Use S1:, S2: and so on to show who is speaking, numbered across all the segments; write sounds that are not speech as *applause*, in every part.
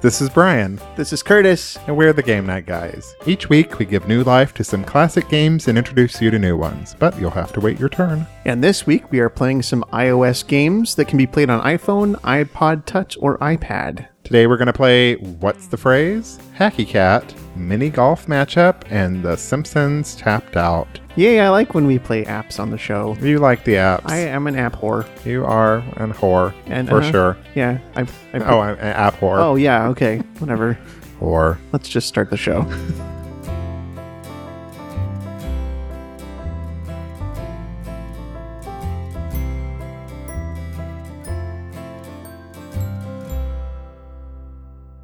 S1: This is Brian,
S2: This is Curtis.
S1: and we're the Game Night Guys. Each week, we give new life to some classic games and introduce you to new ones, but you'll have to wait your turn.
S2: And this week we are playing some iOS games that can be played on iPhone, iPod Touch, or iPad.
S1: Today, we're going to play What's the Phrase? Hacky Cat, Mini Golf Matchup, and The Simpsons Tapped Out.
S2: Yay, I like when we play apps on the show.
S1: You like the apps.
S2: I am an app whore.
S1: you are an whore,
S2: And,
S1: for
S2: uh-huh.
S1: sure.
S2: Yeah. I, I
S1: Oh, I'm an app whore.
S2: Oh, yeah, okay. Whatever.
S1: Whore.
S2: Let's just start the show.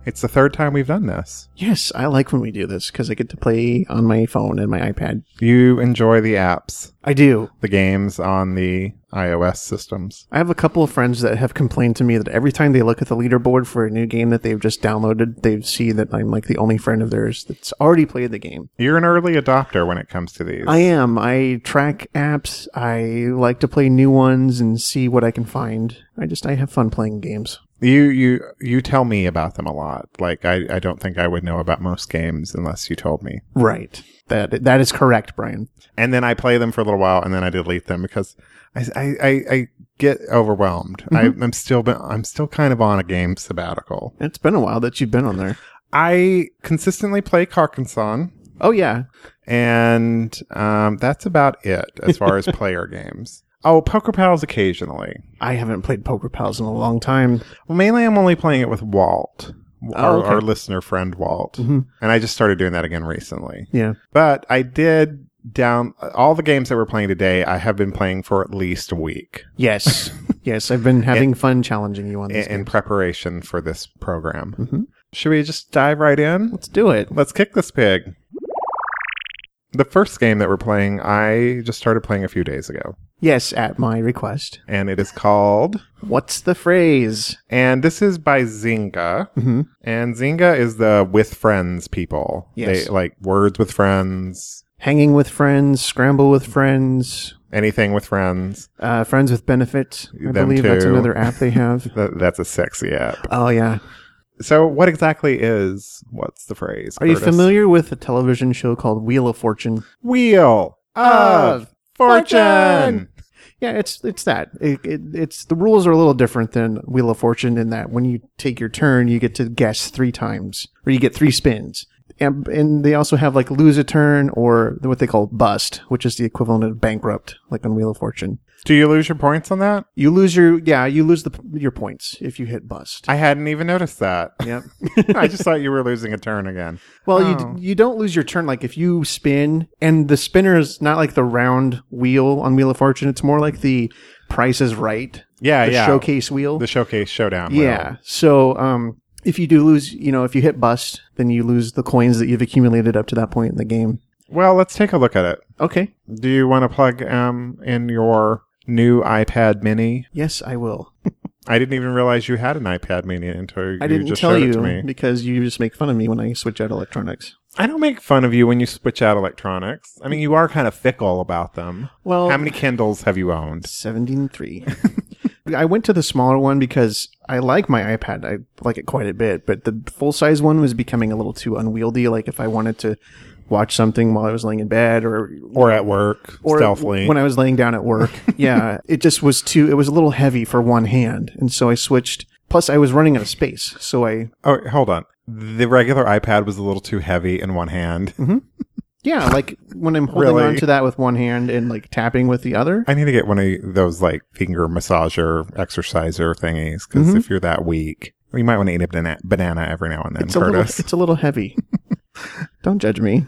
S1: It's the third time we've done this.
S2: yes, I like when we do this because I get to play on my phone and my iPad.
S1: You enjoy the apps,
S2: I do.
S1: the games on the iOS systems.
S2: I have a couple of friends that have complained to me that every time they look at the leaderboard for a new game that they've just downloaded, they see that I'm like the only friend of theirs that's already played the game.
S1: You're an early adopter when it comes to these.
S2: I am. I track apps. I like to play new ones and see what I can find. I just I have fun playing games.
S1: you you you tell me about them a lot. Like I, I don't think I would know about most games unless you told me.
S2: Right. That that is correct, Brian.
S1: And then I play them for a little while and then I delete them because I I, I, I get overwhelmed. I, I'm still been, I'm still kind of on a game sabbatical.
S2: It's been a while that you've been on there.
S1: I consistently play Carcassonne.
S2: Oh yeah.
S1: And um, that's about it as far as player games. Oh, Poker Pals occasionally.
S2: I haven't played Poker Pals in a long time.
S1: Well, mainly I'm only playing it with Walt, our,
S2: okay.
S1: our listener friend Walt.
S2: Mhm.
S1: And I just started doing that again recently.
S2: Yeah.
S1: But I did down all the games that we're playing today, I have been playing for at least a week
S2: Yes. *laughs* yes, I've been having fun challenging you on
S1: in,
S2: this.
S1: in
S2: game.
S1: preparation for this program.
S2: Mhm.
S1: Should we just dive right in?
S2: Let's do it.
S1: Let's kick this pig. The first game that we're playing, I just started playing a few days ago,
S2: Yes, at my request.
S1: and it is called.
S2: What's the phrase?
S1: And this is by Zynga.
S2: Mm-hmm.
S1: And Zynga is the with friends people.
S2: Yes.
S1: They like words with friends,
S2: Hanging with friends, scramble with friends,
S1: anything with friends.
S2: uh, friends with benefits. I
S1: Them
S2: believe that's
S1: too.
S2: another app they *laughs* have.
S1: Th- that's a sexy app.
S2: oh yeah.
S1: So, what exactly is what's the phrase?
S2: Are you
S1: Curtis?
S2: familiar with a television show called Wheel of Fortune?
S1: Wheel of
S2: Of
S1: Fortune.
S2: Fortune! Yeah, it's it's that. It, it, it's the rules are a little different than Wheel of Fortune in that when you take your turn, you get to guess three times, or you get three spins. And, and they also have like lose a turn or what they call bust, which is the equivalent of bankrupt, like on Wheel of Fortune.
S1: Do you lose your points on that?
S2: You lose your yeah, you lose the your points if you hit bust.
S1: I hadn't even noticed
S2: *laughs*
S1: that.
S2: Yep.
S1: I just thought you were losing a turn again.
S2: Well, you
S1: Oh.
S2: d- you don't lose your turn. Like if you spin, and the spinner is not like the round wheel on Wheel of Fortune. It's more like the Price is Right,
S1: Yeah,
S2: the
S1: yeah.
S2: showcase wheel.
S1: The showcase showdown. wheel.
S2: yeah. So, um, if you do lose, you know, if you hit bust, then you lose the coins that you've accumulated up to that point in the game.
S1: Well, let's take a look at it.
S2: Okay.
S1: Do you want to plug um in your new iPad Mini?
S2: Yes, I will.
S1: I didn't even realize you had an iPad Mini until
S2: I
S1: you
S2: didn't
S1: just
S2: tell
S1: showed
S2: you
S1: it to me.
S2: because you just make fun of me when I switch out electronics.
S1: I don't make fun of you when you switch out electronics. I mean, you are kind of fickle about them.
S2: Well,
S1: How many Kindles have you owned?
S2: 173. *laughs* I went to the smaller one because I like my iPad. I like it quite a bit, but the full size one was becoming a little too unwieldy. Like if I wanted to watch something while I was laying in bed or
S1: Or at work,
S2: or
S1: stealthily.
S2: when I was laying down at
S1: *laughs*
S2: work. yeah, it just was too. It was a little heavy for one hand, and so I switched. Plus, I was running out of space, so I
S1: Oh, hold on. The regular iPad was a little too heavy in one hand.
S2: Mm-hmm. yeah, like when I'm holding
S1: Really?
S2: on to that with one hand and like tapping with the other.
S1: I need to get one of those like finger massager exerciser thingies because
S2: Mm-hmm.
S1: if you're that weak, you might want to eat a banana, banana every now and then,
S2: It's a little.
S1: Curtis.
S2: *laughs* It's a little heavy.
S1: *laughs*
S2: Don't judge me.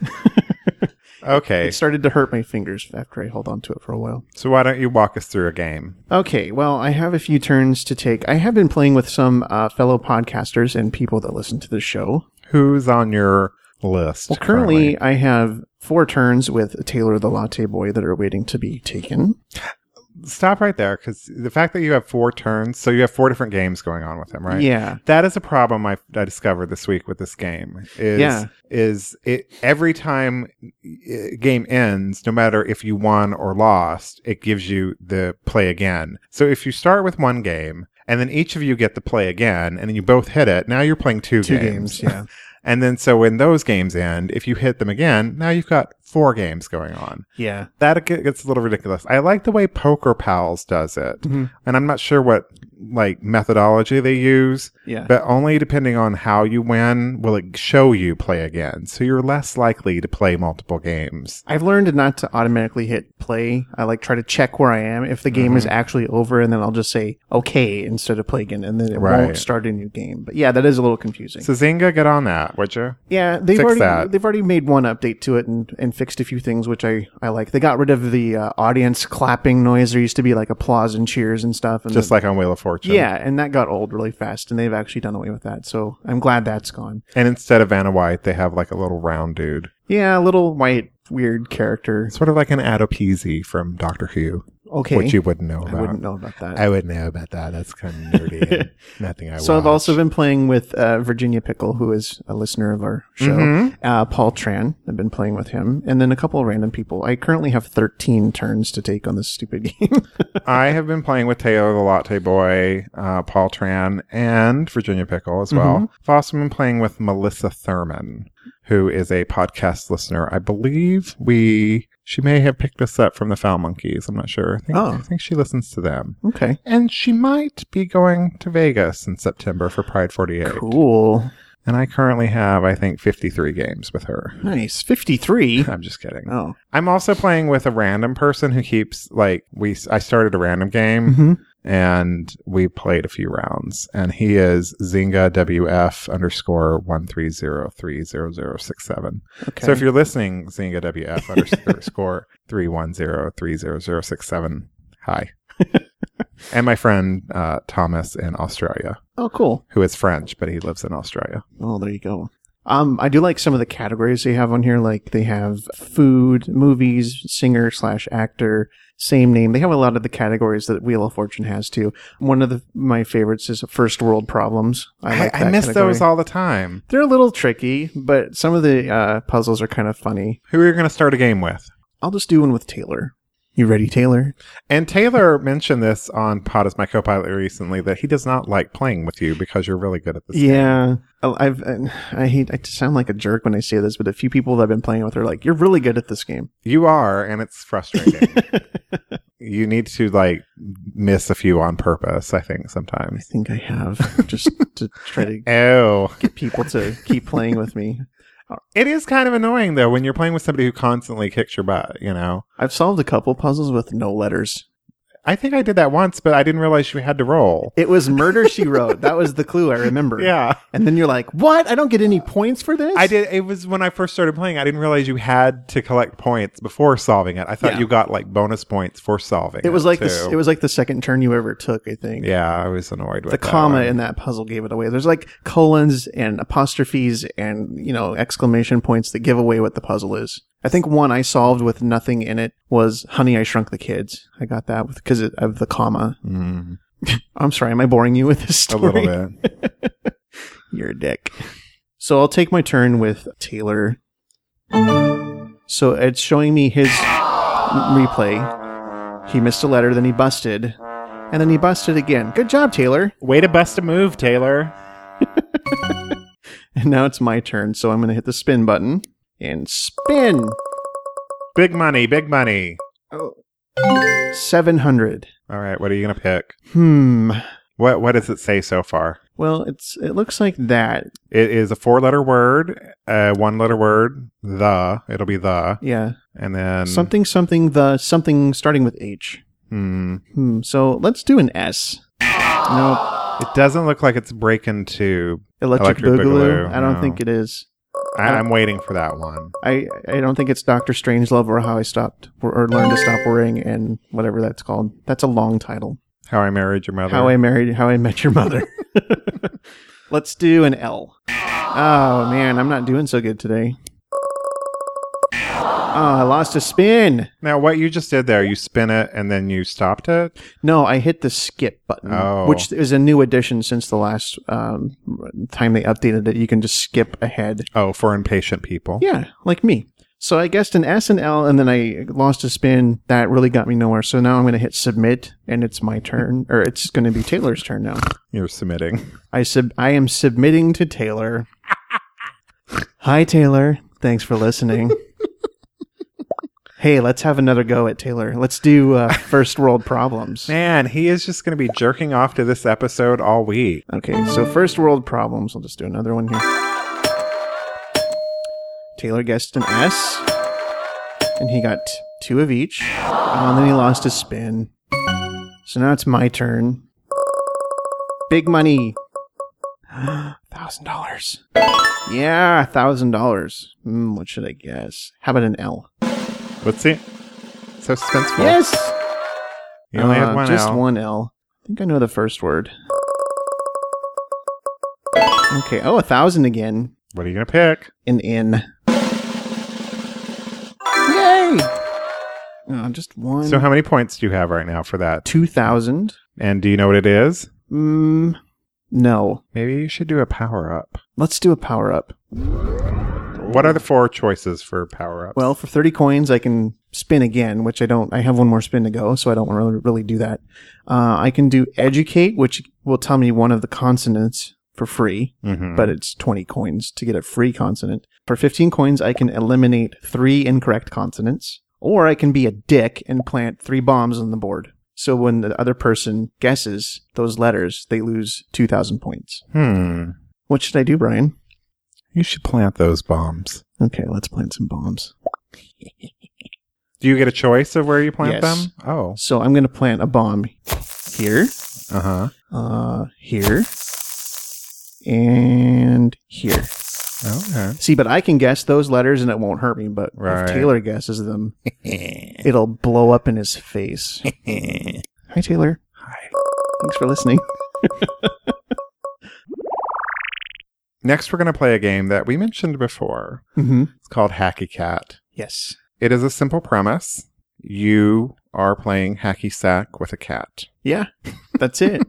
S1: okay,
S2: It started to hurt my fingers after I held on to it for a while.
S1: so why don't you walk us through a game?
S2: Okay, well, I have a few turns to take. I have been playing with some uh, fellow podcasters and people that listen to the show.
S1: Who's on your list?
S2: Well, currently, I have four turns with Taylor the Latte Boy that are waiting to be taken.
S1: stop right there because the fact that you have four turns, so you have four different games going on with him, right?
S2: Yeah.
S1: That is a problem I, I discovered this week with this game. Is,
S2: Yeah.
S1: Is it every time uh, game ends, no matter if you won or lost, it gives you the play again. So if you start with one game and then each of you get to play again, and then you both hit it. Now you're playing two,
S2: Two
S1: games.
S2: games, yeah.
S1: *laughs* And then so when those games end, if you hit them again, now you've got four games going on.
S2: yeah.
S1: That ge- gets a little ridiculous. I like the way Poker Pals does it,
S2: Mhm.
S1: and I'm not sure what like methodology they use,
S2: Yeah.
S1: but only depending on how you win will it show you play again. So you're less likely to play multiple games.
S2: I've learned not to automatically hit play. I like try to check where I am if the game
S1: Mm-hmm.
S2: is actually over, and then I'll just say okay instead of play again, and then it
S1: Right.
S2: won't start a new game. But yeah, that is a little confusing.
S1: So Zynga, get on that, would you?
S2: yeah, they've
S1: fix
S2: already
S1: that.
S2: they've already made one update to it and, and fixed a few things which I, I like. They got rid of the uh, audience clapping noise. There used to be like applause and cheers and stuff, and
S1: Just like on Wheel of Fortune.
S2: yeah, and that got old really fast, and they've actually done away with that. So I'm glad that's gone.
S1: And instead of Vanna White, they have like a little round dude.
S2: Yeah, a little white weird character.
S1: Sort of like an Adopese from Doctor Who,
S2: Okay,
S1: which you wouldn't know about.
S2: I wouldn't know about that.
S1: I wouldn't know about that. That's kind of nerdy.
S2: *laughs*
S1: and nothing I
S2: So I've
S1: watch.
S2: also been playing with uh, Virginia Pickle, who is a listener of our show.
S1: Mm-hmm.
S2: Uh, Paul Tran, I've been playing with him, and then a couple of random people. I currently have 13 turns to take on this stupid *laughs* game.
S1: I have been playing with Teo the Latte Boy, uh, Paul Tran, and Virginia Pickle as
S2: Mm-hmm.
S1: well. I've also been playing with Melissa Thurman, who is a podcast listener. I believe we she may have picked us up from the Foul Monkeys. I'm not sure. I think,
S2: Oh.
S1: I think she listens to them.
S2: okay,
S1: And she might be going to Vegas in September for Pride 48.
S2: cool,
S1: And I currently have, I think, 53 games with her. *laughs*
S2: nice. 53.
S1: I'm just kidding.
S2: Oh,
S1: I'm also playing with a random person who keeps like we. I started a random game
S2: Mhm.
S1: and we played a few rounds, and he is Zynga WF underscore one three zero three zero zero six seven.
S2: okay.
S1: So if you're listening, Zynga *laughs* WF underscore three one zero three zero zero six seven. *laughs* Hi, and my friend uh, Thomas in Australia,
S2: oh, cool.
S1: who is French, but he lives in Australia.
S2: Oh, there you go. Um, I do like some of the categories they have on here. Like they have food, movies, singer slash actor, same name. They have a lot of the categories that Wheel of Fortune has too. One of the, my favorites is first world problems. I, like
S1: I, I
S2: that
S1: miss
S2: category.
S1: those all the time.
S2: They're a little tricky, but some of the uh, puzzles are kind of funny.
S1: Who are you going to start a game with?
S2: I'll just do one with Taylor. You ready, Taylor?
S1: And Taylor mentioned this on Pod as my co-pilot recently that he does not like playing with you because you're really good at this.
S2: Yeah, I- I've uh, I hate I sound like a jerk when I say this, but a few people that I've been playing with are like, "You're really good at this game."
S1: You are, and it's
S2: *laughs*
S1: frustrating. you need to like miss a few on purpose, I think,
S2: I
S1: sometimes.
S2: think I have just
S1: *laughs*
S2: to try to
S1: Oh.
S2: get people to keep playing with me.
S1: It is kind of annoying though when you're playing with somebody who constantly kicks your butt, you know.
S2: I've solved a couple puzzles with no letters.
S1: I think I did that once, but I didn't realize you had to roll.
S2: It was Murder She Wrote. That was the clue I remember.
S1: Yeah.
S2: And then you're like, "What? I don't get any points for this."
S1: I did it was when I first started playing, I didn't realize you had to collect points before solving it. I thought
S2: Yeah.
S1: you got like bonus points for solving it.
S2: It was like this.
S1: too.
S2: It was like the second turn you ever took. I think.
S1: Yeah, I was annoyed with
S2: the
S1: that
S2: comma
S1: one.
S2: in that puzzle gave it away. There's like colons and apostrophes and you know exclamation points that give away what the puzzle is. I think one I solved with nothing in it was "Honey, I Shrunk the Kids." I got that because of the comma.
S1: Mm,
S2: I'm sorry, am I boring you with this
S1: a
S2: story?
S1: little bit.
S2: *laughs* You're a dick. So I'll take my turn with Taylor. So it's showing me his replay. He missed a letter, then he busted, and then he busted again. Good job, Taylor.
S1: Way to bust a move, Taylor.
S2: *laughs* And now it's my turn, so I'm going to hit the spin button and spin
S1: Big money, big money.
S2: 700.
S1: All right, what are you gonna pick?
S2: Hmm.
S1: What What does it say so far?
S2: Well, it's it looks like that.
S1: It is a four letter word, a one letter word. The it'll be the,
S2: Yeah.
S1: and then
S2: Something something the something starting with H.
S1: Hmm,
S2: Hmm. So let's do an S. Nope.
S1: it doesn't look like it's breaking two.
S2: Electric,
S1: Electric
S2: Boogaloo.
S1: Boogaloo,
S2: I don't
S1: no.
S2: think it is.
S1: I, I'm waiting for that one.
S2: I, I don't think it's Doctor Strangelove or How I Stopped or, or Learned to Stop Worrying and whatever that's called. That's a long title.
S1: How I married your mother.
S2: How I married, how I met your mother. *laughs* Let's do an L. Oh man, I'm not doing so good today. Oh, I lost a spin.
S1: now what you just did there? You spin it and then you stopped it.
S2: No, I hit the skip button,
S1: Oh.
S2: which is a new addition since the last um, time they updated it. You can just skip ahead.
S1: Oh, for impatient people.
S2: Yeah, like me. So I guessed an S and L, and then I lost a spin. That really got me nowhere. So now I'm going to hit submit, and it's my turn, or it's going to be Taylor's turn now.
S1: You're submitting.
S2: I sub I am submitting to Taylor. Hi Taylor, thanks for listening. hey, let's have another go at Taylor. Let's do uh, first world problems.
S1: Man, he is just going to be jerking off to this episode all week.
S2: Okay, so first world problems. I'll just do another one here. Taylor guessed an S, and he got two of each. And then he lost his spin. So now it's my turn. Big money. *gasps* Thousand dollars. Yeah, thousand dollars. Hmm, what should I guess? How about an L?
S1: Let's see. So suspenseful.
S2: Yes.
S1: You only
S2: Uh,
S1: had one
S2: Just
S1: L.
S2: one L. I think I know the first word. Okay. Oh, a thousand again.
S1: What are you going to pick?
S2: an in. Yay! Uh, just one.
S1: So, how many points do you have right now for that?
S2: 2,000?
S1: And do you know what it is?
S2: Mm, no.
S1: Maybe you should do a power up.
S2: Let's do a power up.
S1: What are the four choices for power ups?
S2: Well, for 30 coins, I can spin again, which I don't. I have one more spin to go, so I don't really, really do that. Uh, I can do educate, which will tell me one of the consonants for free,
S1: Mhm.
S2: but it's 20 coins to get a free consonant. For 15 coins, I can eliminate three incorrect consonants, or I can be a dick and plant three bombs on the board. So when the other person guesses those letters, they lose 2,000 points.
S1: hmm.
S2: What should I do, Brian?
S1: You should plant those bombs.
S2: Okay, let's plant some bombs.
S1: Do you get a choice of where you plant
S2: Yes.
S1: them? Oh.
S2: So I'm going to plant a bomb here.
S1: Uh huh.
S2: uh, here and here.
S1: Okay.
S2: See, but I can guess those letters and it won't hurt me. But
S1: Right.
S2: if Taylor guesses
S1: *laughs*
S2: them, it'll blow up in his face. Hi, Taylor.
S1: Hi.
S2: Thanks for listening.
S1: Next, we're going to play a game that we mentioned before.
S2: Mm-hmm.
S1: It's called Hacky Cat.
S2: Yes.
S1: It is a simple premise. You are playing hacky sack with a cat,
S2: Yeah. That's
S1: *laughs*
S2: it.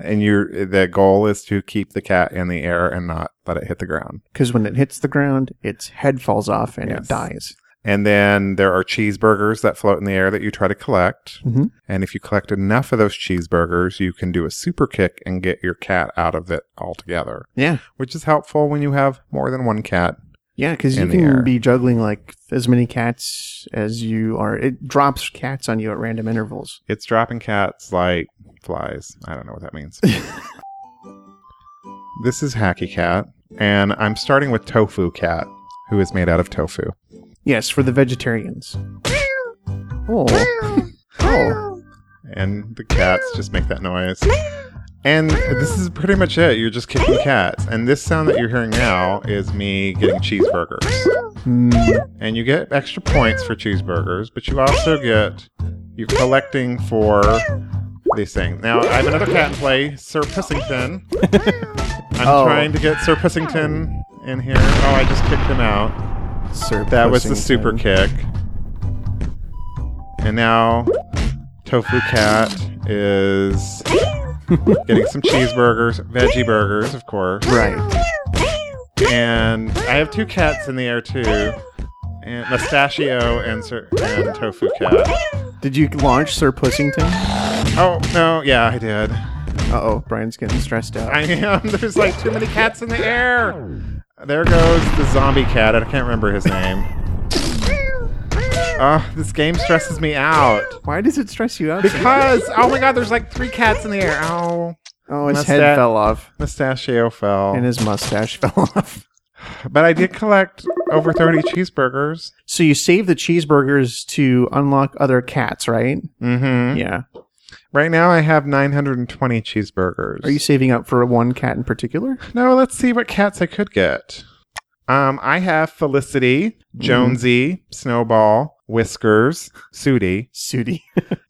S1: and you the goal is to keep the cat in the air and not let it hit the ground.
S2: Because when it hits the ground, its head falls off and
S1: Yes.
S2: it dies.
S1: And then there are cheeseburgers that float in the air that you try to collect.
S2: Mhm.
S1: And if you collect enough of those cheeseburgers, you can do a super kick and get your cat out of it altogether,
S2: Yeah.
S1: which is helpful when you have more than one cat.
S2: Yeah, because you
S1: In the
S2: can
S1: air.
S2: be juggling like as many cats as you are. It drops cats on you at random intervals.
S1: It's dropping cats like flies. I don't know what that means. this is Hacky Cat, and I'm starting with Tofu Cat, who is made out of tofu.
S2: Yes, for the vegetarians. Oh. *laughs* Oh.
S1: And the cats just make that noise. And this is pretty much it. You're just kicking cats. And this sound that you're hearing now is me getting cheeseburgers.
S2: Mm.
S1: And you get extra points for cheeseburgers, but you also get you're collecting for these things. Now I have another cat in play, Sir Pissington. I'm
S2: Oh.
S1: trying to get Sir Pissington in here. Oh, I just kicked him out.
S2: Sir
S1: That was the
S2: Pussington.
S1: super kick. And now Tofu Cat is getting some cheeseburgers, veggie burgers, of course.
S2: Right.
S1: And I have two cats in the air too. And Mustachio and, Sir, and Tofu Cat.
S2: Did you launch Sir Pussington? Uh
S1: Oh, no, yeah, I did.
S2: oh, Brian's getting stressed out.
S1: I am. *laughs* There's like too many cats in the air. There goes the zombie cat. I can't remember his name. Oh, this game stresses me out.
S2: Why does it stress you out?
S1: *laughs*
S2: so much?
S1: Because, oh my god, there's like three cats in the air. Oh.
S2: oh, his
S1: must
S2: head
S1: that-
S2: fell off
S1: Mustachio fell.
S2: and his mustache *laughs* fell off.
S1: but I did collect over 30 cheeseburgers.
S2: So you save the cheeseburgers to unlock other cats, right?
S1: Mm-hmm.
S2: Yeah.
S1: Right now I have 920 cheeseburgers.
S2: Are you saving up for one cat in particular?
S1: No, let's see what cats I could get. Um, I have Felicity,
S2: Mm-hmm.
S1: Jonesy, Snowball, Whiskers, Sooty,
S2: Sooty.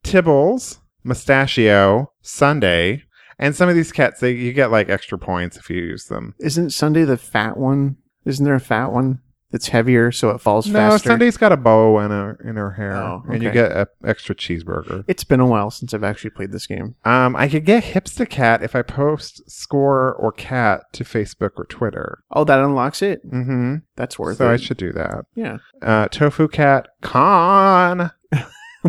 S1: Tibbles, Mustachio, Sunday, and some of these cats they you get like extra points if you use them.
S2: Isn't Sunday the fat one? Isn't there a fat one? that's heavier, so it falls
S1: No,
S2: faster.
S1: Sunday's got a bow in her in her hair,
S2: Oh,
S1: and you
S2: okay.
S1: get an extra cheeseburger.
S2: It's been a while since I've actually played this game.
S1: Um, I could get Hipster Cat if I post score or cat to Facebook or Twitter.
S2: Oh, that unlocks it.
S1: Mm-hmm.
S2: That's worth
S1: so
S2: it.
S1: I should do that.
S2: yeah. *laughs*
S1: Uh, Tofu Cat con.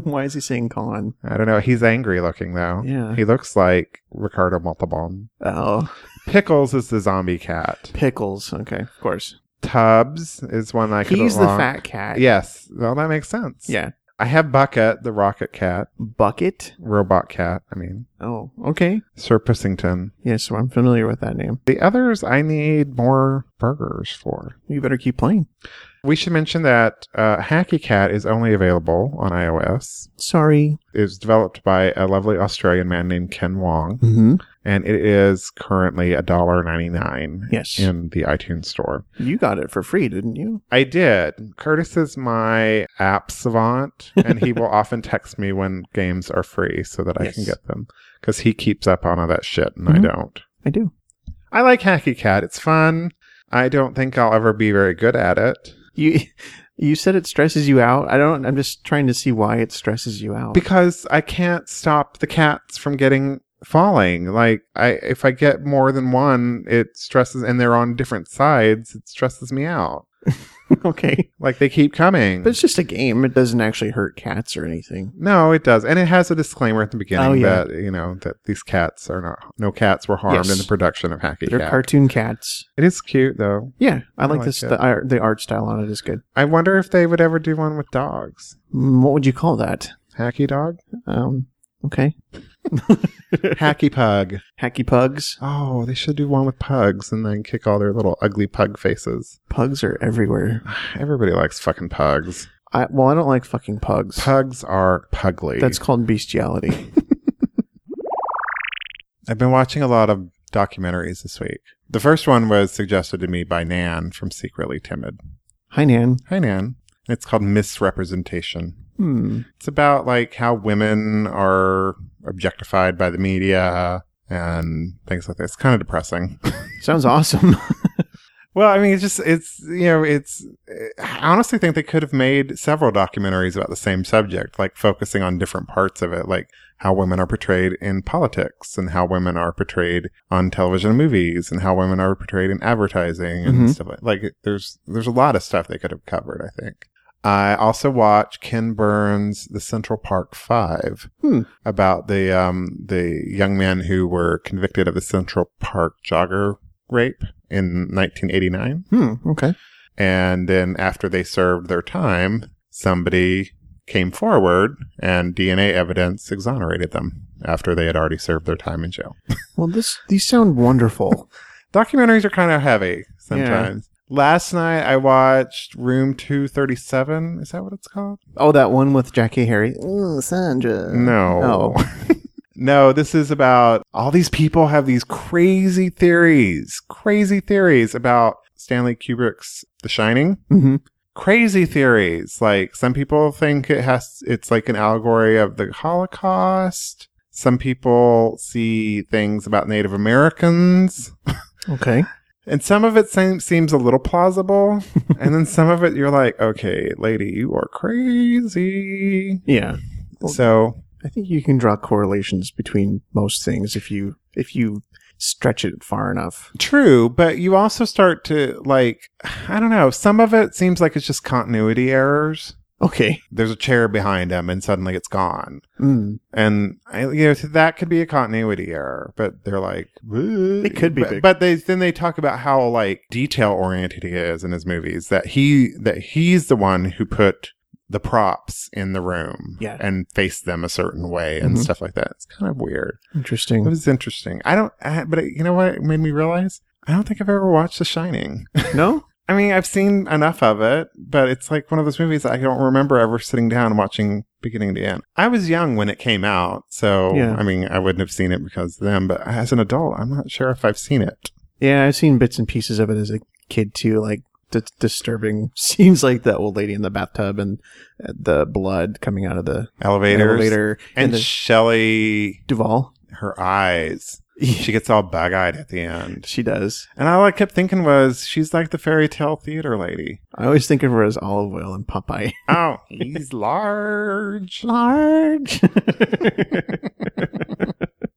S2: Why is he saying con?
S1: I don't know. He's angry looking though.
S2: Yeah.
S1: He looks like Ricardo Montalban.
S2: Oh,
S1: Pickles is the zombie cat.
S2: pickles. Okay, of course.
S1: Tubbs is one I could.
S2: He's the
S1: unlock.
S2: fat cat.
S1: Yes. Well, that makes sense.
S2: Yeah.
S1: I have Bucket, the rocket cat,
S2: Bucket.
S1: robot cat. I mean,
S2: Oh, okay.
S1: Sir Pussington.
S2: Yeah, so I'm familiar with that name.
S1: The others I need more burgers for.
S2: You better keep playing.
S1: We should mention that uh, Hacky Cat is only available on iOS.
S2: Sorry.
S1: It was developed by a lovely Australian man named Ken Wong,
S2: Mm-hmm.
S1: and it is currently $1.99
S2: Yes.
S1: in the iTunes store.
S2: You got it for free, didn't you?
S1: I did. Curtis is my app savant, and he will often text me when games are free so that I can
S2: Yes.
S1: get them because he keeps up on all that shit and
S2: Mhm.
S1: I don't.
S2: I do.
S1: I like Hacky Cat. It's fun. I don't think I'll ever be very good at it.
S2: You *laughs* you said it stresses you out. I don't I'm just trying to see why it stresses
S1: *laughs*
S2: you out.
S1: because I can't stop the cats from getting falling. Like I if I get more than one, it stresses and they're on different sides, it stresses me out.
S2: okay.
S1: Like they keep coming.
S2: But it's just a game. It doesn't actually hurt cats or anything.
S1: no, it does. And it has a disclaimer at the beginning
S2: Oh, yeah.
S1: that, you know, that these cats are not no cats were harmed
S2: Yes.
S1: in the production of Hacky
S2: They're
S1: Cat.
S2: cartoon cats.
S1: it is cute though.
S2: Yeah, I, like
S1: like
S2: this.
S1: it.
S2: The art, the art style on it is good.
S1: I wonder if they would ever do one with dogs.
S2: Mm, What would you call that?
S1: Hacky
S2: *laughs*
S1: dog?
S2: Um, okay,
S1: Hacky pug.
S2: hacky pugs.
S1: Oh, they should do one with pugs and then kick all their little ugly pug faces.
S2: Pugs are everywhere.
S1: Everybody likes fucking pugs.
S2: I well, I don't like fucking pugs.
S1: Pugs are pugly.
S2: That's called bestiality. *laughs*
S1: I've been watching a lot of documentaries this week. The first one was suggested to me by Nan from Secretly Timid.
S2: Hi, Nan.
S1: Hi, Nan. It's called Misrepresentation.
S2: Hmm.
S1: It's about like how women are objectified by the media and things like that. It's kind of depressing.
S2: Sounds awesome. *laughs*
S1: Well, I mean, it's just it's you know it's I honestly think they could have made several documentaries about the same subject, like focusing on different parts of it, like how women are portrayed in politics and how women are portrayed on television and movies and how women are portrayed in advertising and
S2: Mhm.
S1: stuff like like there's there's a lot of stuff they could have covered. I think I also watched Ken Burns' The Central Park Five
S2: Hmm.
S1: about the um the young men who were convicted of the Central Park jogger rape in 1989.
S2: hmm. Okay.
S1: And then after they served their time, somebody came forward and DNA evidence exonerated them after they had already served their time in jail.
S2: Well, this these sound wonderful.
S1: Documentaries are kind of heavy sometimes. Last night I watched Room 237. Is that what it's called?
S2: oh, that one with Jackie Harry. Ooh, Sandra.
S1: Uh,
S2: Oh. *laughs*
S1: No. no, this is about all these people have these crazy theories, crazy theories about Stanley Kubrick's The Shining.
S2: Oh. hmm
S1: Crazy theories. Like some people think it has it's like an allegory of the Holocaust. Some people see things about Native Americans.
S2: Okay.
S1: And some of it seem, seems a little plausible, and then some of it you're like, okay, lady, you are crazy.
S2: Yeah. Well-
S1: So
S2: I think you can draw correlations between most things if you if you stretch it far enough.
S1: True, but you also start to like I don't know, some of it seems like it's just continuity errors.
S2: Okay.
S1: There's a chair behind him and suddenly it's gone.
S2: Mm.
S1: And I, you know that could be a continuity error, but they're like it
S2: could be
S1: But,
S2: big.
S1: but they then they talk about how like detail oriented he is in his movies that he that he's the one who put the props in the room
S2: Yeah.
S1: and faced them a certain way and
S2: Mhm.
S1: stuff like that. It's kind of weird.
S2: Interesting.
S1: It was interesting. I don't, I, but it, you know what it made me realize? I don't think I've ever watched The Shining.
S2: no.
S1: I mean, I've seen enough of it, but it's like one of those movies I don't remember ever sitting down and watching beginning to end. I was young when it came out, so
S2: Yeah.
S1: I mean, I wouldn't have seen it because of them, but as an adult, I'm not sure if I've seen it.
S2: Yeah, I've seen bits and pieces of it as a kid too, like d- disturbing *laughs* scenes like the old lady in the bathtub and uh, the blood coming out of the
S1: Elevators.
S2: elevator
S1: And
S2: the
S1: Shelley
S2: *laughs* Duval.
S1: her eyes. She gets all bug eyed at the end.
S2: She does.
S1: And all I kept thinking was, she's like the fairy tale theater lady.
S2: I always think of her as olive oil and Popeye. *laughs*
S1: Oh, he's large.
S2: Large. *laughs*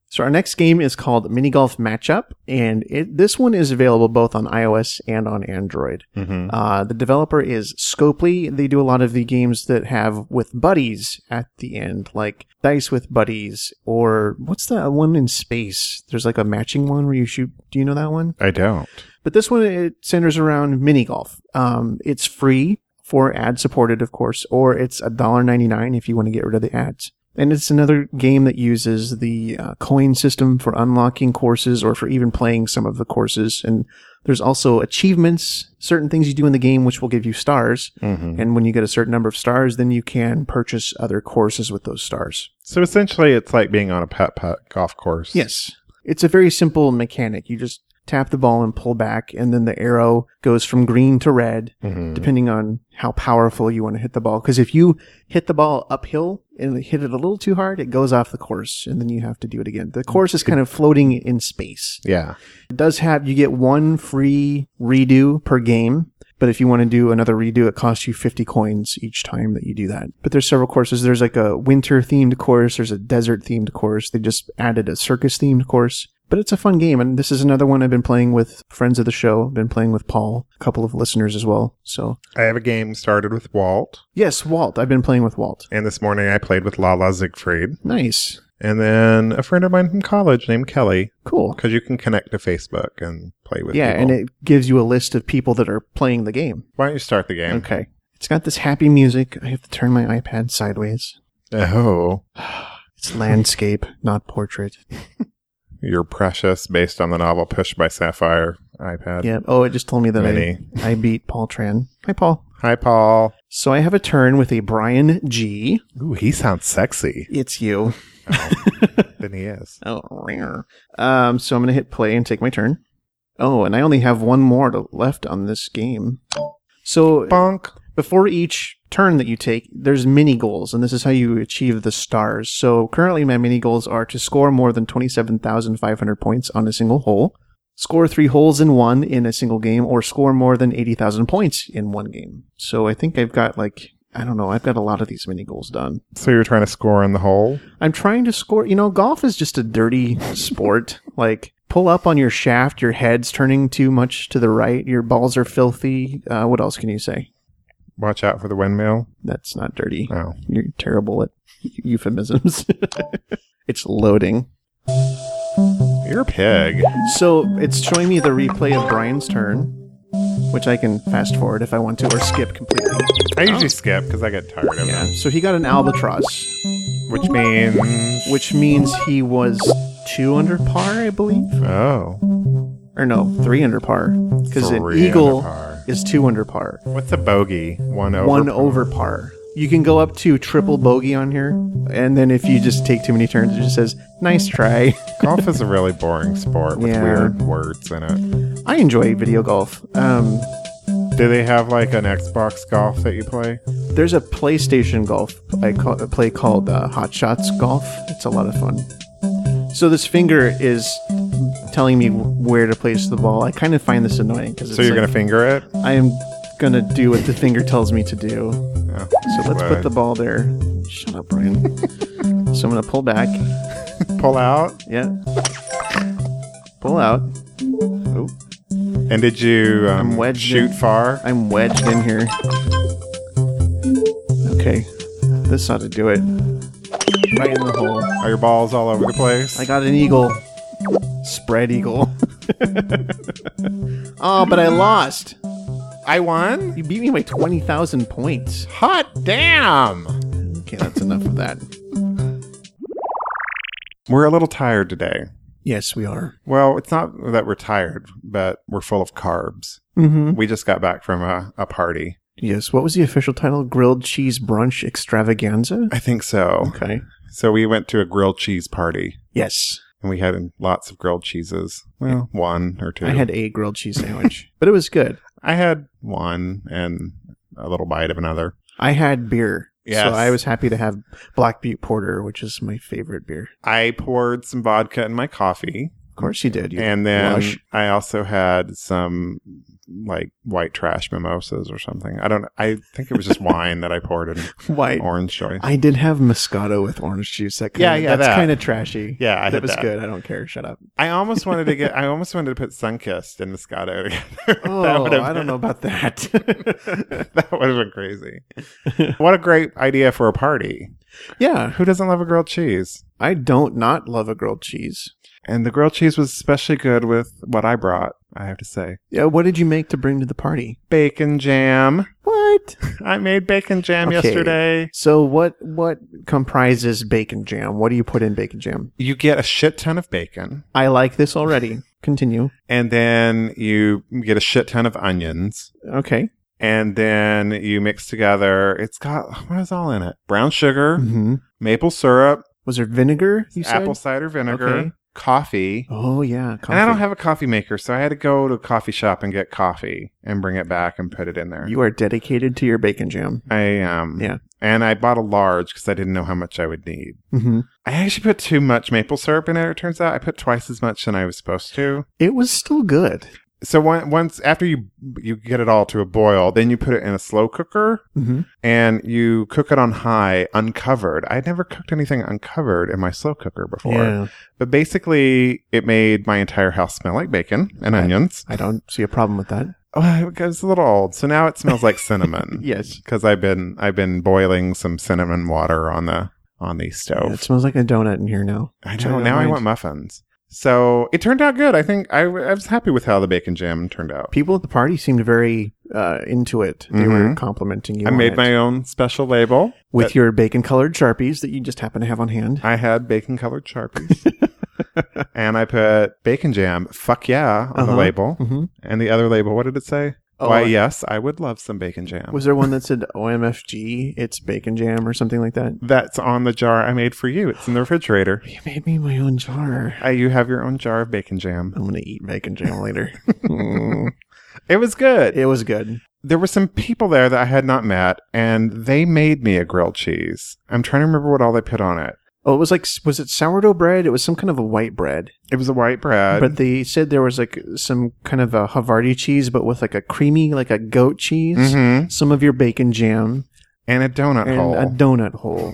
S2: so our next game is called Mini Golf Matchup, and it, this one is available both on iOS and on Android.
S1: Mm-hmm.
S2: Uh, the developer is Scopely. They do a lot of the games that have with buddies at the end, like Dice with Buddies, or what's that one in space? There's like a matching one where you shoot. Do you know that one?
S1: I don't.
S2: But this one it centers around mini golf. Um, it's free for ad supported, of course, or it's $1.99 if you want to get rid of the ads. And it's another game that uses the uh, coin system for unlocking courses or for even playing some of the courses. And there's also achievements, certain things you do in the game which will give you stars.
S1: Mm-hmm.
S2: And when you get a certain number of stars, then you can purchase other courses with those stars.
S1: So essentially, it's like being on a putt putt golf course.
S2: Yes. It's a very simple mechanic. You just tap the ball and pull back, and then the arrow goes from green to red,
S1: Mhm.
S2: depending on how powerful you want to hit the ball. Because if you hit the ball uphill and hit it a little too hard, it goes off the course, and then you have to do it again. The course is kind of floating in space.
S1: Yeah.
S2: It does have, you get one free redo per game. But if you want to do another redo, it costs you 50 coins each time that you do that. But there's several courses. There's like a winter themed course. There's a desert themed course. They just added a circus themed course. But it's a fun game. And this is another one I've been playing with friends of the show. I've been playing with Paul, a couple of listeners as well. So
S1: I have a game started with Walt,
S2: yes, Walt. I've been playing with Walt.
S1: and this morning I played with Lala Siegfried,
S2: Nice.
S1: and then a friend of mine from college named Kelly,
S2: Cool.
S1: because you can connect to Facebook and play with
S2: Yeah.
S1: people.
S2: And it gives you a list of people that are playing the game.
S1: Why don't you start the game?
S2: Okay. It's got this happy music. I have to turn my iPad sideways.
S1: Oh,
S2: It's landscape, not portrait.
S1: you're precious, based on the novel Push by Sapphire iPad.
S2: Yeah. Oh, it just told me that I,
S1: Mini.
S2: I beat Paul Tran. Hi, Paul.
S1: Hi, Paul.
S2: So I have a turn with a Brian G.
S1: Ooh, he sounds sexy.
S2: It's you.
S1: Then he is.
S2: Oh, rare. Um, so I'm going to hit play and take my turn. Oh, and I only have one more to, left on this game. So
S1: Bonk.
S2: before each turn that you take, there's mini goals, and this is how you achieve the stars. So currently, my mini goals are to score more than 27,500 points on a single hole, score three holes in one in a single game, or score more than 80,000 points in one game. So I think I've got like, I don't know, I've got a lot of these mini goals done.
S1: So you're trying to score in the hole?
S2: I'm trying to score, you know, golf is just a dirty sport. *laughs* Like, pull up on your shaft, your head's turning too much to the right, your balls are filthy. Uh, what else can you say?
S1: Watch out for the windmill.
S2: That's not dirty.
S1: Oh,
S2: You're terrible at euphemisms. *laughs* it's loading.
S1: you're a pig.
S2: So it's showing me the replay of Brian's turn, which I can fast forward if I want to or skip completely.
S1: I usually skip because I get tired of
S2: Yeah.
S1: them,
S2: So he got an albatross,
S1: which means
S2: which means he was two under par, I believe.
S1: oh,
S2: Or no, three under par. Because an
S1: Three
S2: eagle
S1: under par.
S2: is two under par,
S1: what's a bogey? One over.
S2: one over par. You can go up to triple bogey on here, and then if you just take too many turns, it just says, nice try. *laughs*
S1: Golf is a really boring sport with
S2: Yeah.
S1: weird words in it.
S2: I enjoy video golf. Um,
S1: Do they have like an Xbox golf that you play?
S2: There's a PlayStation golf I call, a play called uh, Hot Shots Golf. It's a lot of fun. So this finger is telling me where to place the ball. I kind of find this annoying because
S1: So you're gonna finger it?
S2: gonna I am gonna do what the finger tells me to do.
S1: Yeah.
S2: So let's put the ball there. Shut
S1: *laughs*
S2: up, Brian. so I'm gonna pull back.
S1: pull out.
S2: Yeah. Pull out. Oh,
S1: And did you um,
S2: wedged
S1: shoot
S2: in.
S1: far?
S2: I'm wedged in here. Okay, this ought to do it. Right in the hole.
S1: Are your balls all over the place?
S2: I got an eagle. Spread *laughs* eagle. oh, but I lost.
S1: I won.
S2: You beat me by 20,000 points.
S1: Hot damn!
S2: Okay, that's enough of that.
S1: We're a little tired today.
S2: Yes, we are.
S1: Well, it's not that we're tired, but we're full of carbs.
S2: Mm-hmm.
S1: We just got back from a, a party.
S2: Yes, what was the official title? Grilled Cheese Brunch Extravaganza?
S1: I think so.
S2: Okay.
S1: So we went to a grilled cheese party
S2: Yes.
S1: and we had lots of grilled cheeses. Well, one or two.
S2: I had a grilled cheese sandwich, *laughs* but it was good.
S1: I had one and a little bite of another.
S2: I had beer.
S1: Yes.
S2: So I was happy to have Black Butte Porter, which is my favorite beer.
S1: I poured some vodka in my coffee,
S2: Of course you did. You *laughs*
S1: and then
S2: lush.
S1: I also had some like white trash mimosas or something. I don't. I think it was
S2: *laughs*
S1: just wine that I poured in
S2: White.
S1: orange
S2: *laughs*
S1: juice.
S2: I did have Moscato with orange juice. That kinda,
S1: Yeah, yeah,
S2: That's
S1: that.
S2: kind of trashy.
S1: Yeah, I
S2: that
S1: had
S2: was
S1: that.
S2: good. I don't care.
S1: *laughs*
S2: Shut up.
S1: I
S2: *laughs*
S1: almost wanted to get. I almost wanted to put Sunkist and Moscato together.
S2: Oh,
S1: would have
S2: I don't
S1: been-
S2: know about that.
S1: *laughs*
S2: *laughs*
S1: that would have been crazy. what a great idea for a party.
S2: yeah,
S1: Who doesn't love a grilled cheese?
S2: I don't not love a grilled cheese.
S1: And the grilled cheese was especially good with what I brought, I have to say.
S2: Yeah, what did you make to bring to the party?
S1: Bacon jam.
S2: What?
S1: I made bacon jam
S2: Okay.
S1: yesterday.
S2: So what what comprises bacon jam? What do you put in bacon jam?
S1: You get a shit ton of bacon,
S2: I like
S1: *laughs*
S2: this already. Continue.
S1: and then you get a shit ton of onions,
S2: Okay.
S1: and then you mix together. It's got what is all in it? Brown sugar,
S2: hmm
S1: maple syrup,
S2: Was there vinegar? You said?
S1: apple cider vinegar,
S2: Okay.
S1: coffee.
S2: Oh yeah.
S1: And I don't
S2: coffee.
S1: have a coffee maker, so I had to go to a coffee shop and get coffee and bring it back and put it in there.
S2: You are dedicated to your bacon jam.
S1: I um
S2: Yeah.
S1: and I bought a large because I didn't know how much I would need.
S2: hmm
S1: I actually put too much maple syrup in it. It turns out I put twice as much than I was supposed to.
S2: It was still good.
S1: So on- once after you you get it all to a boil, then you put it in a slow cooker
S2: Mm-hmm.
S1: and you cook it on high, uncovered. I'd never cooked anything uncovered in my slow cooker before,
S2: Yeah.
S1: but basically it made my entire house smell like bacon and
S2: Right.
S1: onions.
S2: I don't see a problem with that.
S1: Oh, it was a little old, so now it smells like
S2: *laughs*
S1: cinnamon.
S2: Yes.
S1: because I've been I've been boiling some cinnamon water on the on the
S2: Yeah,
S1: stove.
S2: it smells like a donut in here now.
S1: I
S2: I
S1: know.
S2: don't
S1: Now I
S2: mind.
S1: want muffins. So it turned out good. I think I, w- I was happy with how the bacon jam turned out.
S2: People at the party seemed very uh, into it. They were
S1: Mhm.
S2: complimenting you.
S1: I
S2: on
S1: made
S2: it.
S1: my own special label.
S2: with your bacon colored sharpies that you just happen to have on hand.
S1: I had bacon colored sharpies,
S2: *laughs*
S1: and I put bacon jam. Fuck yeah on
S2: Uh-huh.
S1: the label,
S2: Mm-hmm. Oh, uh,
S1: and the other label. What did it say? Why yes, I would love some bacon jam.
S2: Was there one that said OMFG? It's bacon jam or something like that.
S1: That's on the jar I made for you. It's in the refrigerator.
S2: You made me my own jar.
S1: Uh, you have your own jar of bacon jam.
S2: I'm gonna eat bacon jam *laughs* later. Hmm.
S1: It was good.
S2: it was good.
S1: there were some people there that I had not met, and they made me a grilled cheese. I'm trying to remember what all they put on it.
S2: Oh, it was like was it sourdough bread? It was some kind of a white bread.
S1: It was a white bread.
S2: but they said there was like some kind of a Havarti cheese, but with like a creamy, like a goat cheese,
S1: Mhm.
S2: some of your bacon jam,
S1: and a donut
S2: and
S1: hole.
S2: a
S1: *laughs*
S2: donut hole.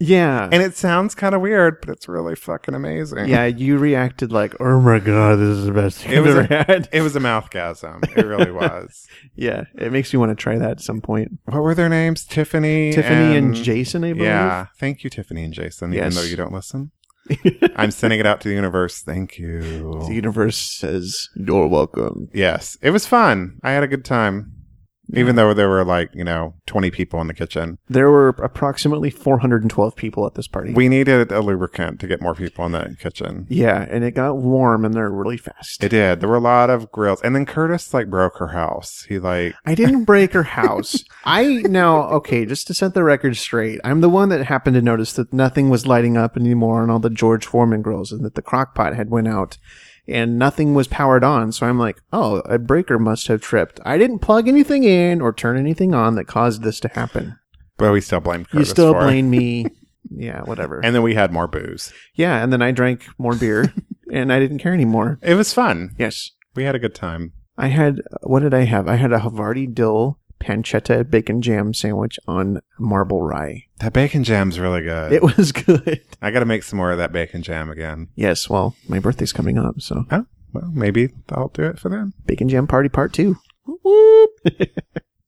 S2: yeah.
S1: and it sounds kind of weird, but it's really fucking amazing.
S2: yeah, you reacted like, oh my god, this is the best thing
S1: It
S2: I've
S1: was
S2: ever
S1: a-
S2: had.
S1: It was a mouthgasm. It
S2: *laughs*
S1: really was.
S2: Yeah, it makes me want to try that at some point.
S1: what were their names? Tiffany,
S2: Tiffany and, Jason, I believe.
S1: Yeah, thank you, Tiffany and Jason.
S2: Yes.
S1: Even though you don't
S2: *laughs*
S1: listen, I'm sending it out to the universe. Thank you.
S2: The universe says, you're welcome.
S1: Yes, it was fun. I had a good time, even though there were like you know 20 people in the kitchen.
S2: There were approximately 412 people at this party.
S1: We needed a lubricant to get more people in the kitchen.
S2: yeah, and it got warm in there really fast.
S1: It did. There were a lot of grills. And then Curtis like broke her house. He like
S2: I didn't break her house. I now okay, just to set the record straight, I'm the one that happened to notice that nothing was lighting up anymore on all the George Foreman grills, and that the crock pot had went out, and nothing was powered on. So I'm like, oh, a breaker must have tripped. I didn't plug anything in or turn anything on that caused this to happen.
S1: but we still blamed
S2: you
S1: Curtis.
S2: still
S1: for it.
S2: blame me? Yeah, whatever.
S1: And then we had more booze.
S2: yeah, and then I drank more beer, and I didn't care anymore.
S1: It was fun.
S2: Yes,
S1: We had a good time.
S2: I had what did I have? I had a Havarti dill pancetta bacon jam sandwich on marble rye.
S1: That bacon jam's really good.
S2: It was *laughs* good.
S1: I gotta make some more of that bacon jam again.
S2: Yes, well, my birthday's coming up, so
S1: Oh, well, maybe I'll do it for them.
S2: bacon jam party part 2.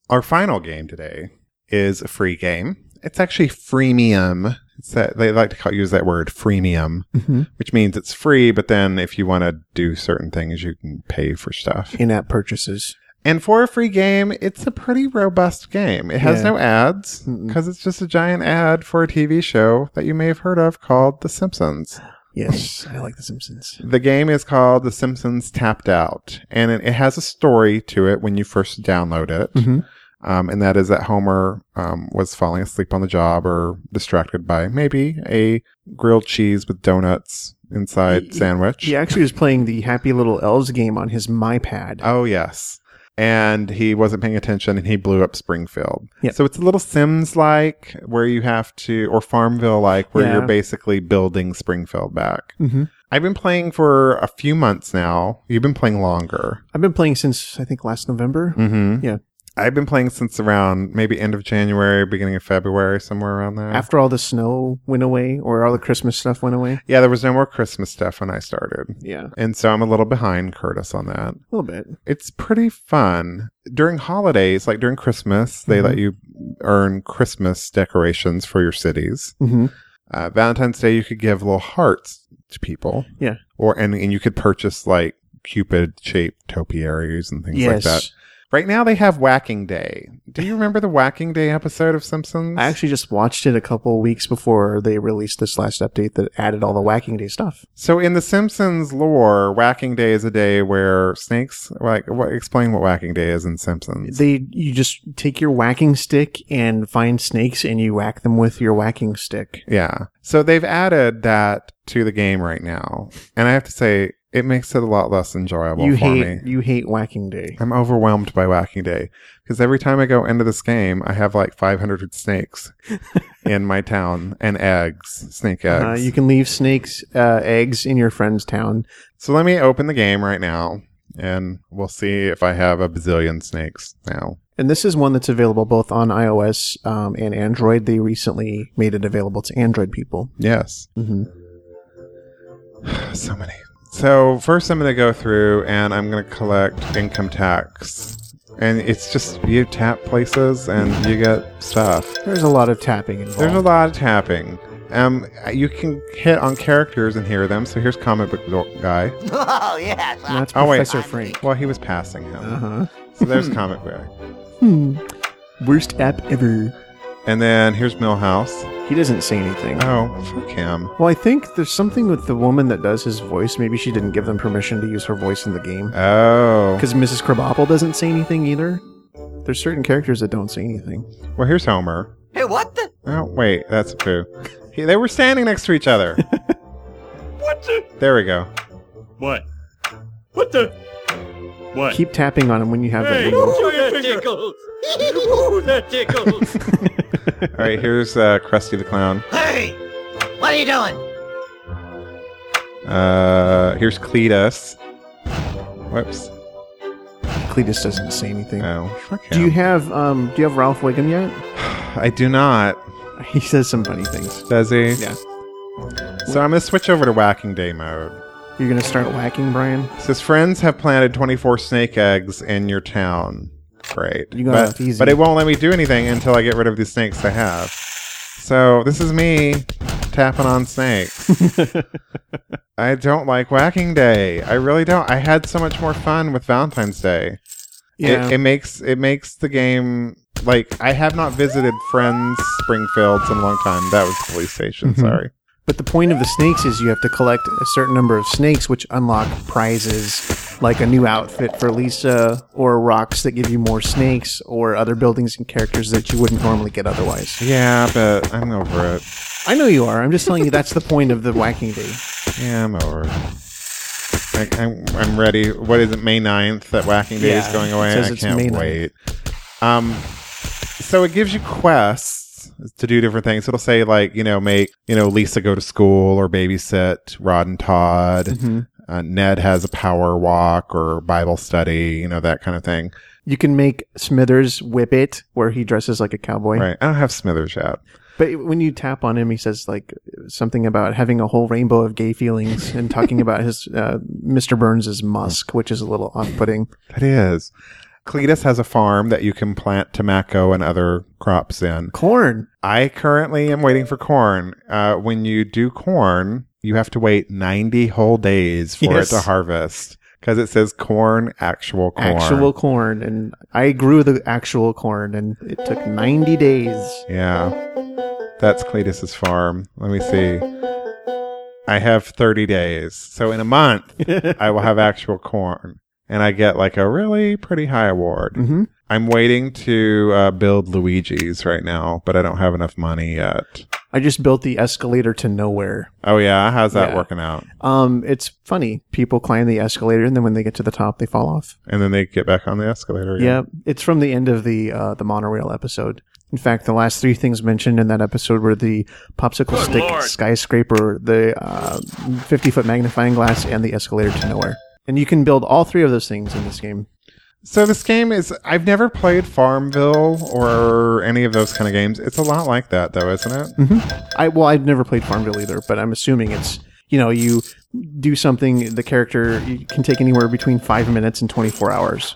S1: Our final game today is a free game. It's actually freemium. It's that they like to call, use that word freemium,
S2: Mhm.
S1: which means it's free, but then if you want to do certain things, you can pay for stuff.
S2: In-app purchases.
S1: And for a free game, it's a pretty robust game. It has
S2: Yeah.
S1: no ads
S2: Mm-mm.
S1: because it's just a giant ad for a TV show that you may have heard of called The Simpsons.
S2: Yes, I like the Simpsons.
S1: The game is called The Simpsons Tapped Out, and it, it has a story to it when you first download it.
S2: Mhm.
S1: Um, and that is that Homer um, was falling asleep on the job or distracted by maybe a grilled cheese with donuts inside
S2: Y-
S1: sandwich.
S2: He actually was playing the happy little elves game on his MyPad.
S1: Oh, yes. and he wasn't paying attention and he blew up Springfield.
S2: Yep.
S1: So it's a little Sims like where you have to, or Farmville like where
S2: Yeah.
S1: you're basically building Springfield back.
S2: Mm-hmm.
S1: I've been playing for a few months now. You've been playing longer.
S2: I've been playing since I think last November.
S1: Mm-hmm.
S2: Yeah.
S1: I've been playing since around maybe end of January, beginning of February, somewhere around there.
S2: After all the snow went away, or all the Christmas stuff went away.
S1: yeah, there was no more Christmas stuff when I started.
S2: Yeah, a
S1: And so I'm a little behind Curtis on that.
S2: little bit.
S1: It's pretty fun. During holidays, like during Christmas, they
S2: Mhm.
S1: let you earn Christmas decorations for your cities.
S2: Mm-hmm.
S1: Uh, Valentine's Day, you could give little hearts to people.
S2: Yeah.
S1: Or and, and you could purchase like Cupid shaped topiaries and things like
S2: Yes,
S1: that. Right now they have Whacking Day. Do you remember the Whacking Day episode of Simpsons?
S2: I actually just watched it a couple weeks before they released this last update that added all the Whacking Day stuff.
S1: so in the Simpsons lore, Whacking Day is a day where snakes like what explain what Whacking Day is in Simpsons.
S2: They you just take your whacking stick and find snakes and you whack them with your whacking stick.
S1: yeah. So they've added that to the game right now. And I have to say it makes it a lot less enjoyable
S2: you
S1: for
S2: hate
S1: me.
S2: you hate Whacking Day.
S1: I'm overwhelmed by Whacking Day because every time I go into this game, I have like 500
S2: *laughs*
S1: snakes in my town and eggs, snake eggs.
S2: Uh, you can leave snakes uh, eggs in your friend's town.
S1: So let me open the game right now and we'll see if I have a bazillion snakes now.
S2: And this is one that's available both on iOS um, and Android. They recently made it available to Android people.
S1: Yes.
S2: hmm
S1: So many. So first I'm going to go through and I'm going to collect income tax. And it's just you tap places and you get stuff.
S2: There's a lot of tapping involved.
S1: There's a lot of tapping. Um, you can hit on characters and hear them. So here's comic book Do- guy.
S3: Oh, yes.
S2: And that's
S1: Oh, wait.
S2: Professor Frank.
S1: Well, he was passing him.
S2: Uh-huh.
S1: So there's comic book.
S2: Hmm. Worst app ever.
S1: And then here's Millhouse.
S2: He doesn't say anything.
S1: Oh, fuck him.
S2: well, I think there's something with the woman that does his voice. Maybe she didn't give them permission to use her voice in the game.
S1: Oh.
S2: Because Mrs. Krabappel doesn't say anything either. There's certain characters that don't say anything.
S1: Well, here's Homer.
S3: Hey, what the?
S1: Oh, wait, that's a poo. He, they were standing next to each other.
S4: What the?
S1: there we go.
S4: What? What the? What?
S2: Keep tapping on him when you have that
S4: hey,
S2: video.
S4: show your finger.
S3: Tickles.
S5: *laughs*
S4: Ooh, that tickles.
S1: All right, here's uh, Krusty the Clown.
S3: hey, what are you doing?
S1: Uh, here's Cletus. Whoops.
S2: Cletus doesn't say anything.
S1: Oh, fuck him.
S2: Do you have um? Do you have Ralph Wiggum yet? *laughs*
S1: I do not.
S2: He says some funny things.
S1: Does he?
S2: Yeah.
S1: So I'm going to switch over to Whacking Day mode.
S2: You're gonna start whacking, Brian.
S1: It says friends have planted 24 snake eggs in your town. Great.
S2: You got
S1: but,
S2: it easy.
S1: but it won't let me do anything until I get rid of these snakes I have. So this is me tapping on snakes.
S2: *laughs*
S1: I don't like Whacking Day. I really don't. I had so much more fun with Valentine's Day. It, it makes it makes the game like I have not visited friends Springfields in a long time. That was the police
S2: *laughs*
S1: station.
S2: Mhm.
S1: Sorry.
S2: but the point of the snakes is you have to collect a certain number of snakes, which unlock prizes like a new outfit for Lisa, or rocks that give you more snakes, or other buildings and characters that you wouldn't normally get otherwise.
S1: Yeah, but I'm over it.
S2: I know you are. I'm just telling you that's the point of the whacking day.
S1: Yeah, I'm over it. I, I'm, I'm ready. What is it, May 9th that Whacking Day is
S2: Yeah,
S1: going
S2: it
S1: away?
S2: says
S1: I
S2: it's
S1: can't
S2: May 9th.
S1: wait. Um, so it gives you quests to do different things. It'll say like, you know, make, you know, Lisa go to school or babysit Rod and Todd.
S2: Mm-hmm.
S1: Uh, Ned has a power walk or Bible study, you know, that kind of thing.
S2: You can make Smithers whip it, where he dresses like a cowboy.
S1: Right. I don't have Smithers yet.
S2: But when you tap on him, he says like something about having a whole rainbow of gay feelings and talking about his uh, Mr. Burns's musk, which is a little off-putting.
S1: That is. Cletus has a farm that you can plant tobacco and other crops in.
S2: Corn.
S1: I currently am waiting for corn. Uh, when you do corn, you have to wait 90 whole days for
S2: Yes.
S1: it to harvest because it says corn, actual corn.
S2: actual corn, and I grew the actual corn, and it took
S1: *laughs*
S2: ninety days.
S1: Yeah. That's Cletus's farm. Let me see. I have 30 days. So in a month,
S2: mm-hmm.
S1: I will have actual corn. And I get like a really pretty high award. I'm waiting to uh, build Luigi's right now, but I don't have enough money yet.
S2: I just built the escalator to nowhere.
S1: Oh yeah, how's that
S2: Yeah.
S1: working out?
S2: Um, it's funny. People climb the escalator, and then when they get to the top, they fall off.
S1: And then they get back on the escalator. again.
S2: Yeah, it's from the end of the uh, the monorail episode. In fact, the last three things mentioned in that episode were the popsicle
S4: Good
S2: stick
S4: lord.
S2: skyscraper, the uh, fifty foot magnifying glass, and the escalator to nowhere. And you can build all three of those things in this game.
S1: So this game is I've never played Farmville or any of those kind of games. It's a lot like that though, isn't it?
S2: Mm-hmm. I well, I've never played Farmville either, but I'm assuming it's you know you do something. The character you can take anywhere between five minutes and twenty four hours.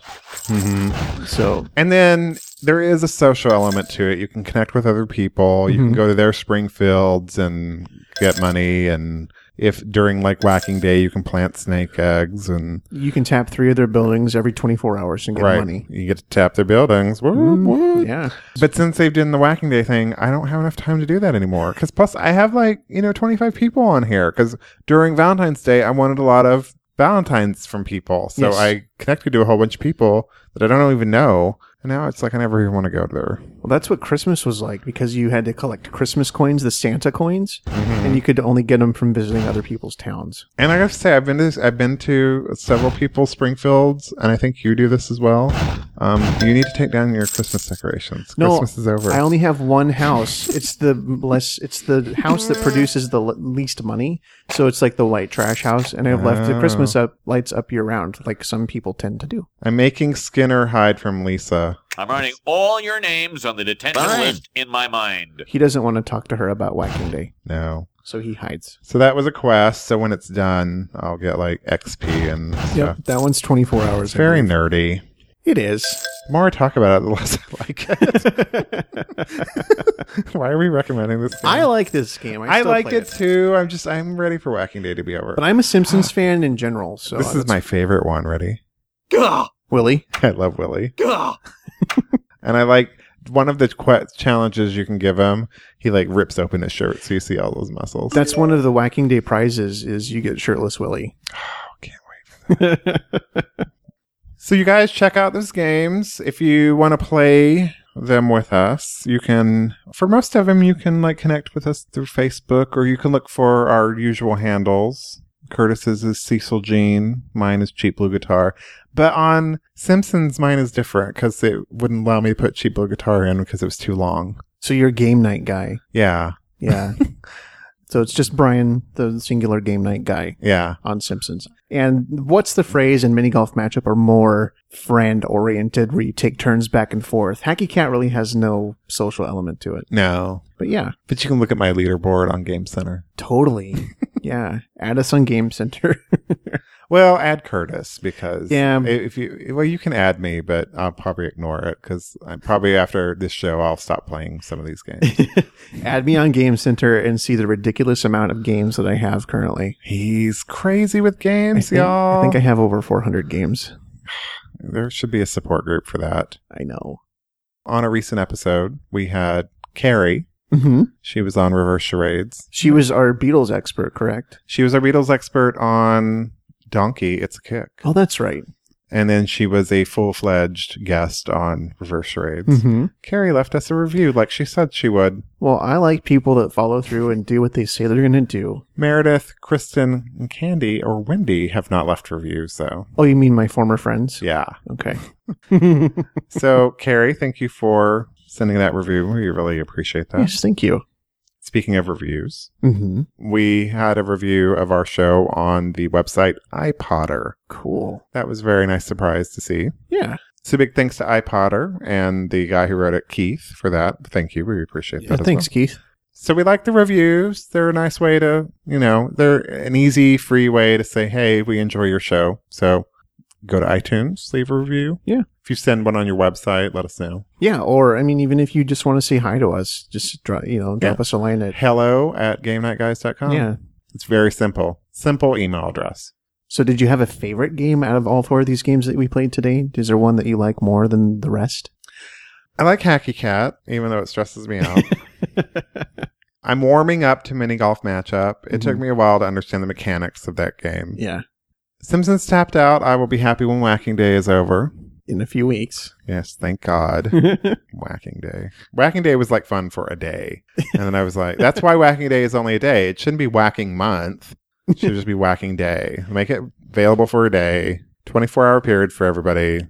S2: Mm-hmm. So
S1: And then there is a social element to it. You can connect with other people. You can
S2: Mm-hmm.
S1: go to their Springfields and get money. And if during like whacking day, you can plant snake eggs and
S2: you can tap three of their buildings every twenty four hours and get
S1: right,
S2: money.
S1: you get to tap their buildings. Whoop, whoop.
S2: Yeah.
S1: But since they've done the whacking day thing, I don't have enough time to do that anymore. Because plus, I have like you know twenty five people on here. Because during Valentine's Day, I wanted a lot of Valentines from people, so
S2: Yes.
S1: I connected to a whole bunch of people that I don't even know. And now it's like I never even want to go to there.
S2: Well, that's what Christmas was like because you had to collect Christmas coins, the Santa coins, and you could only get them from visiting other people's towns.
S1: And I gotta say, I've been to I've been to several people's Springfields, and I think you do this as well. Um, you need to take down your Christmas decorations.
S2: No,
S1: Christmas is over.
S2: I only have one house. it's the less. It's the house *laughs* that produces the le- least money. So it's like the white trash house, and I've left the Christmas
S1: Oh.
S2: up lights up year round, like some people tend to do.
S1: I'm making Skinner hide from Lisa.
S5: I'm writing all your names on the detention
S3: Fine.
S5: list in my mind.
S2: He doesn't want to talk to her about Whacking Day,
S1: No.
S2: so he hides.
S1: So that was a quest. So when it's done, I'll get like XP and stuff.
S2: Yep, that one's twenty four hours.
S1: It's very nerdy.
S2: It is.
S1: The more I talk about it, the less I like it. *laughs* Why are we recommending this? Game?
S2: I like this game. I,
S1: I
S2: still
S1: liked
S2: play
S1: it too. I'm just I'm ready for Whacking Day to be over.
S2: but I'm a Simpsons fan in general. So
S1: this is
S2: that's-
S1: my favorite one. Ready? *laughs*
S4: Gah!
S2: Willie.
S1: I love Willy.
S4: Gah!
S1: *laughs* And I like one of the que- challenges you can give him. He like rips open his shirt, so you see all those muscles.
S2: That's one of the Whacking Day prizes is you get shirtless Willie.
S1: Can't wait. So you guys check out those games if you want to play them with us. You can for most of them you can like connect with us through Facebook or you can look for our usual handles. Curtis's is Cecil Jean, mine is Cheap Blue Guitar. But on Simpsons, mine is different because it wouldn't allow me to put Cheap Blue Guitar in because it was too long.
S2: so you're a game night guy.
S1: Yeah,
S2: Yeah. *laughs* so it's just Brian, the singular game night guy
S1: yeah.
S2: on Simpsons. And what's the phrase in mini golf matchup or more friend oriented where you take turns back and forth? Hacky Cat really has no social element to it.
S1: No,
S2: But yeah,
S1: But you can look at my leaderboard on Game Center.
S2: totally. *laughs* yeah. Add us on Game Center. *laughs*
S1: Well, add Curtis because
S2: Yeah.
S1: if you well, you can add me, but I'll probably ignore it because I'm probably after this show I'll stop playing some of these
S2: *laughs*
S1: games.
S2: Add me on Game Center and see the ridiculous amount of games that I have currently.
S1: He's crazy with games,
S2: I think-
S1: y'all.
S2: I think I have over 400 games.
S1: there should be a support group for that.
S2: I know.
S1: On a recent episode, we had Carrie.
S2: hmm
S1: She was on Reverse Charades.
S2: She was our Beatles expert, correct?
S1: She was our Beatles expert on Donkey. It's a kick,
S2: Oh, that's right.
S1: and then she was a full fledged guest on Reverse Charades.
S2: Mm-hmm.
S1: Carrie left us a review like she said she would.
S2: Well, I like people that follow through and do what they say they're going to do.
S1: Meredith, Kristen, and Candy or Wendy have not left reviews though.
S2: Oh, you mean my former friends?
S1: Yeah.
S2: Okay.
S1: so *laughs* Carrie, thank you for sending that review. We really appreciate that.
S2: Yes, thank you.
S1: Speaking of reviews,
S2: Mm-hmm.
S1: we had a review of our show on the website iPotter.
S2: Cool.
S1: That was a very nice surprise to see.
S2: Yeah.
S1: So big thanks to iPotter and the guy who wrote it, Keith, for that. Thank you. We appreciate
S2: Yeah,
S1: that. as
S2: thanks,
S1: well.
S2: Keith.
S1: So we like the reviews. They're a nice way to, you know, they're an easy, free way to say, hey, we enjoy your show. So go to iTunes, leave a review.
S2: Yeah.
S1: If you send one on your website, let us know.
S2: Yeah, or I mean, even if you just want to say hi to us, just drop you know drop
S1: Yeah.
S2: us a line at
S1: Hello at GameNightGuys.com.
S2: yeah.
S1: It's very simple. Simple email address.
S2: So, did you have a favorite game out of all four of these games that we played today? Is there one that you like more than the rest?
S1: I like Hacky Cat, even though it stresses me
S2: *laughs*
S1: out. I'm warming up to mini golf matchup. It took me a while to understand the mechanics of that game.
S2: Mm-hmm. Yeah.
S1: Simpsons tapped out. I will be happy when whacking day is over.
S2: in a few *laughs* weeks.
S1: Yes, thank
S2: *laughs*
S1: God. Whacking Day. Whacking Day was like fun for a day. And then I was like, that's why Whacking Day is only a day. It shouldn't be Whacking Month. It should just be Whacking Day. Make it available for a day, 24 hour period for everybody.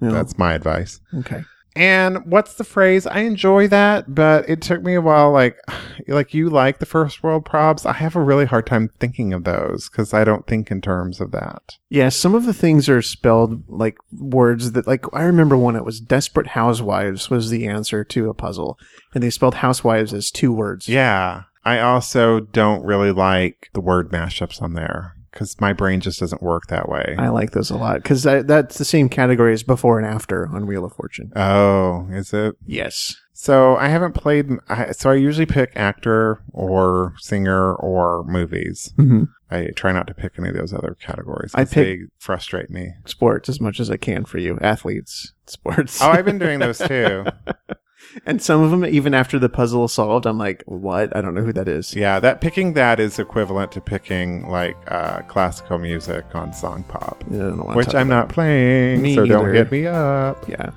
S1: That's my advice.
S2: okay.
S1: And what's the phrase? I enjoy that, but it took me a while. Like, *sighs* like you like the first world probs. I have a really hard time thinking of those because I don't think in terms of that.
S2: Yeah, some of the things are spelled like words that like I remember one it was desperate housewives was the answer to a puzzle and they spelled housewives as two words.
S1: Yeah. I also don't really like the word mashups on there because my brain just doesn't work that way.
S2: I like those a lot cuz that's the same category as before and after on Wheel of Fortune.
S1: oh, is it?
S2: Yes.
S1: So I haven't played. I, so I usually pick actor or singer or movies.
S2: Mhm.
S1: I try not to pick any of those other categories.
S2: I
S1: 'cause
S2: pick-
S1: they frustrate me.
S2: Sports as much as I can for you. Athletes, sports.
S1: Oh, I've been doing those
S2: *laughs*
S1: too.
S2: and some of them even after the puzzle is solved I'm like, "What? I don't know who that is."
S1: Yeah, that picking that is equivalent to picking like uh, classical music on Song Pop,
S2: I don't wanna
S1: which
S2: talk
S1: I'm
S2: about
S1: not playing,
S2: Me
S1: so don't
S2: either.
S1: hit me up.
S2: it. Yeah.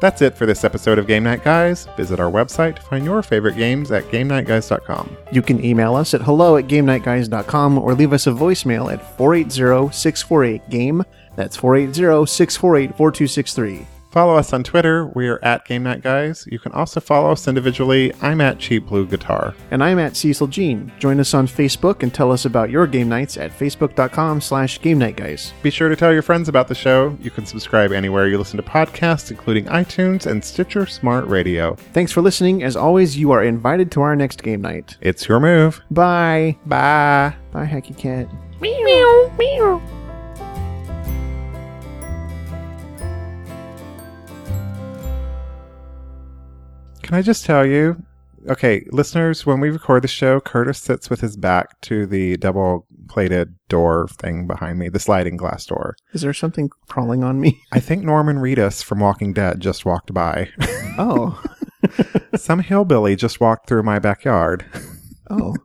S1: That's it for this episode of Game Night Guys. Visit our website to find your favorite games at GameNightGuys.com.
S2: You can email us at hello at GameNightGuys.com or leave us a voicemail at 480-648-GAME. That's 480-648-4263.
S1: Follow us on Twitter. We are at Game Night Guys. You can also follow us individually. I'm at Cheap Blue Guitar.
S2: And I'm at Cecil Jean. Join us on Facebook and tell us about your game nights at facebook.com slash game night guys.
S1: Be sure to tell your friends about the show. You can subscribe anywhere you listen to podcasts, including iTunes and Stitcher Smart Radio.
S2: Thanks for listening. As always, you are invited to our next game night.
S1: It's your move.
S2: Bye.
S1: Bye.
S2: Bye, Hacky Cat.
S1: Can I just tell you? Okay, listeners, when we record the show, Curtis sits with his back to the double plated door thing behind me, the sliding glass door.
S2: Is there something crawling
S1: *laughs*
S2: on me?
S1: I think Norman Reedus from Walking Dead just walked by. *laughs*
S2: Oh.
S1: Some hillbilly just walked through my backyard. *laughs*
S2: Oh.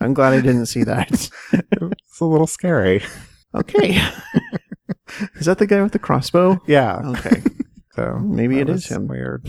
S2: I'm glad I didn't see that.
S1: It's a little scary.
S2: Okay. *laughs* Is that the guy with the crossbow?
S1: *laughs* Yeah.
S2: Okay.
S1: So
S2: Oh, Maybe
S1: that
S2: it is
S1: was
S2: him.
S1: Weird.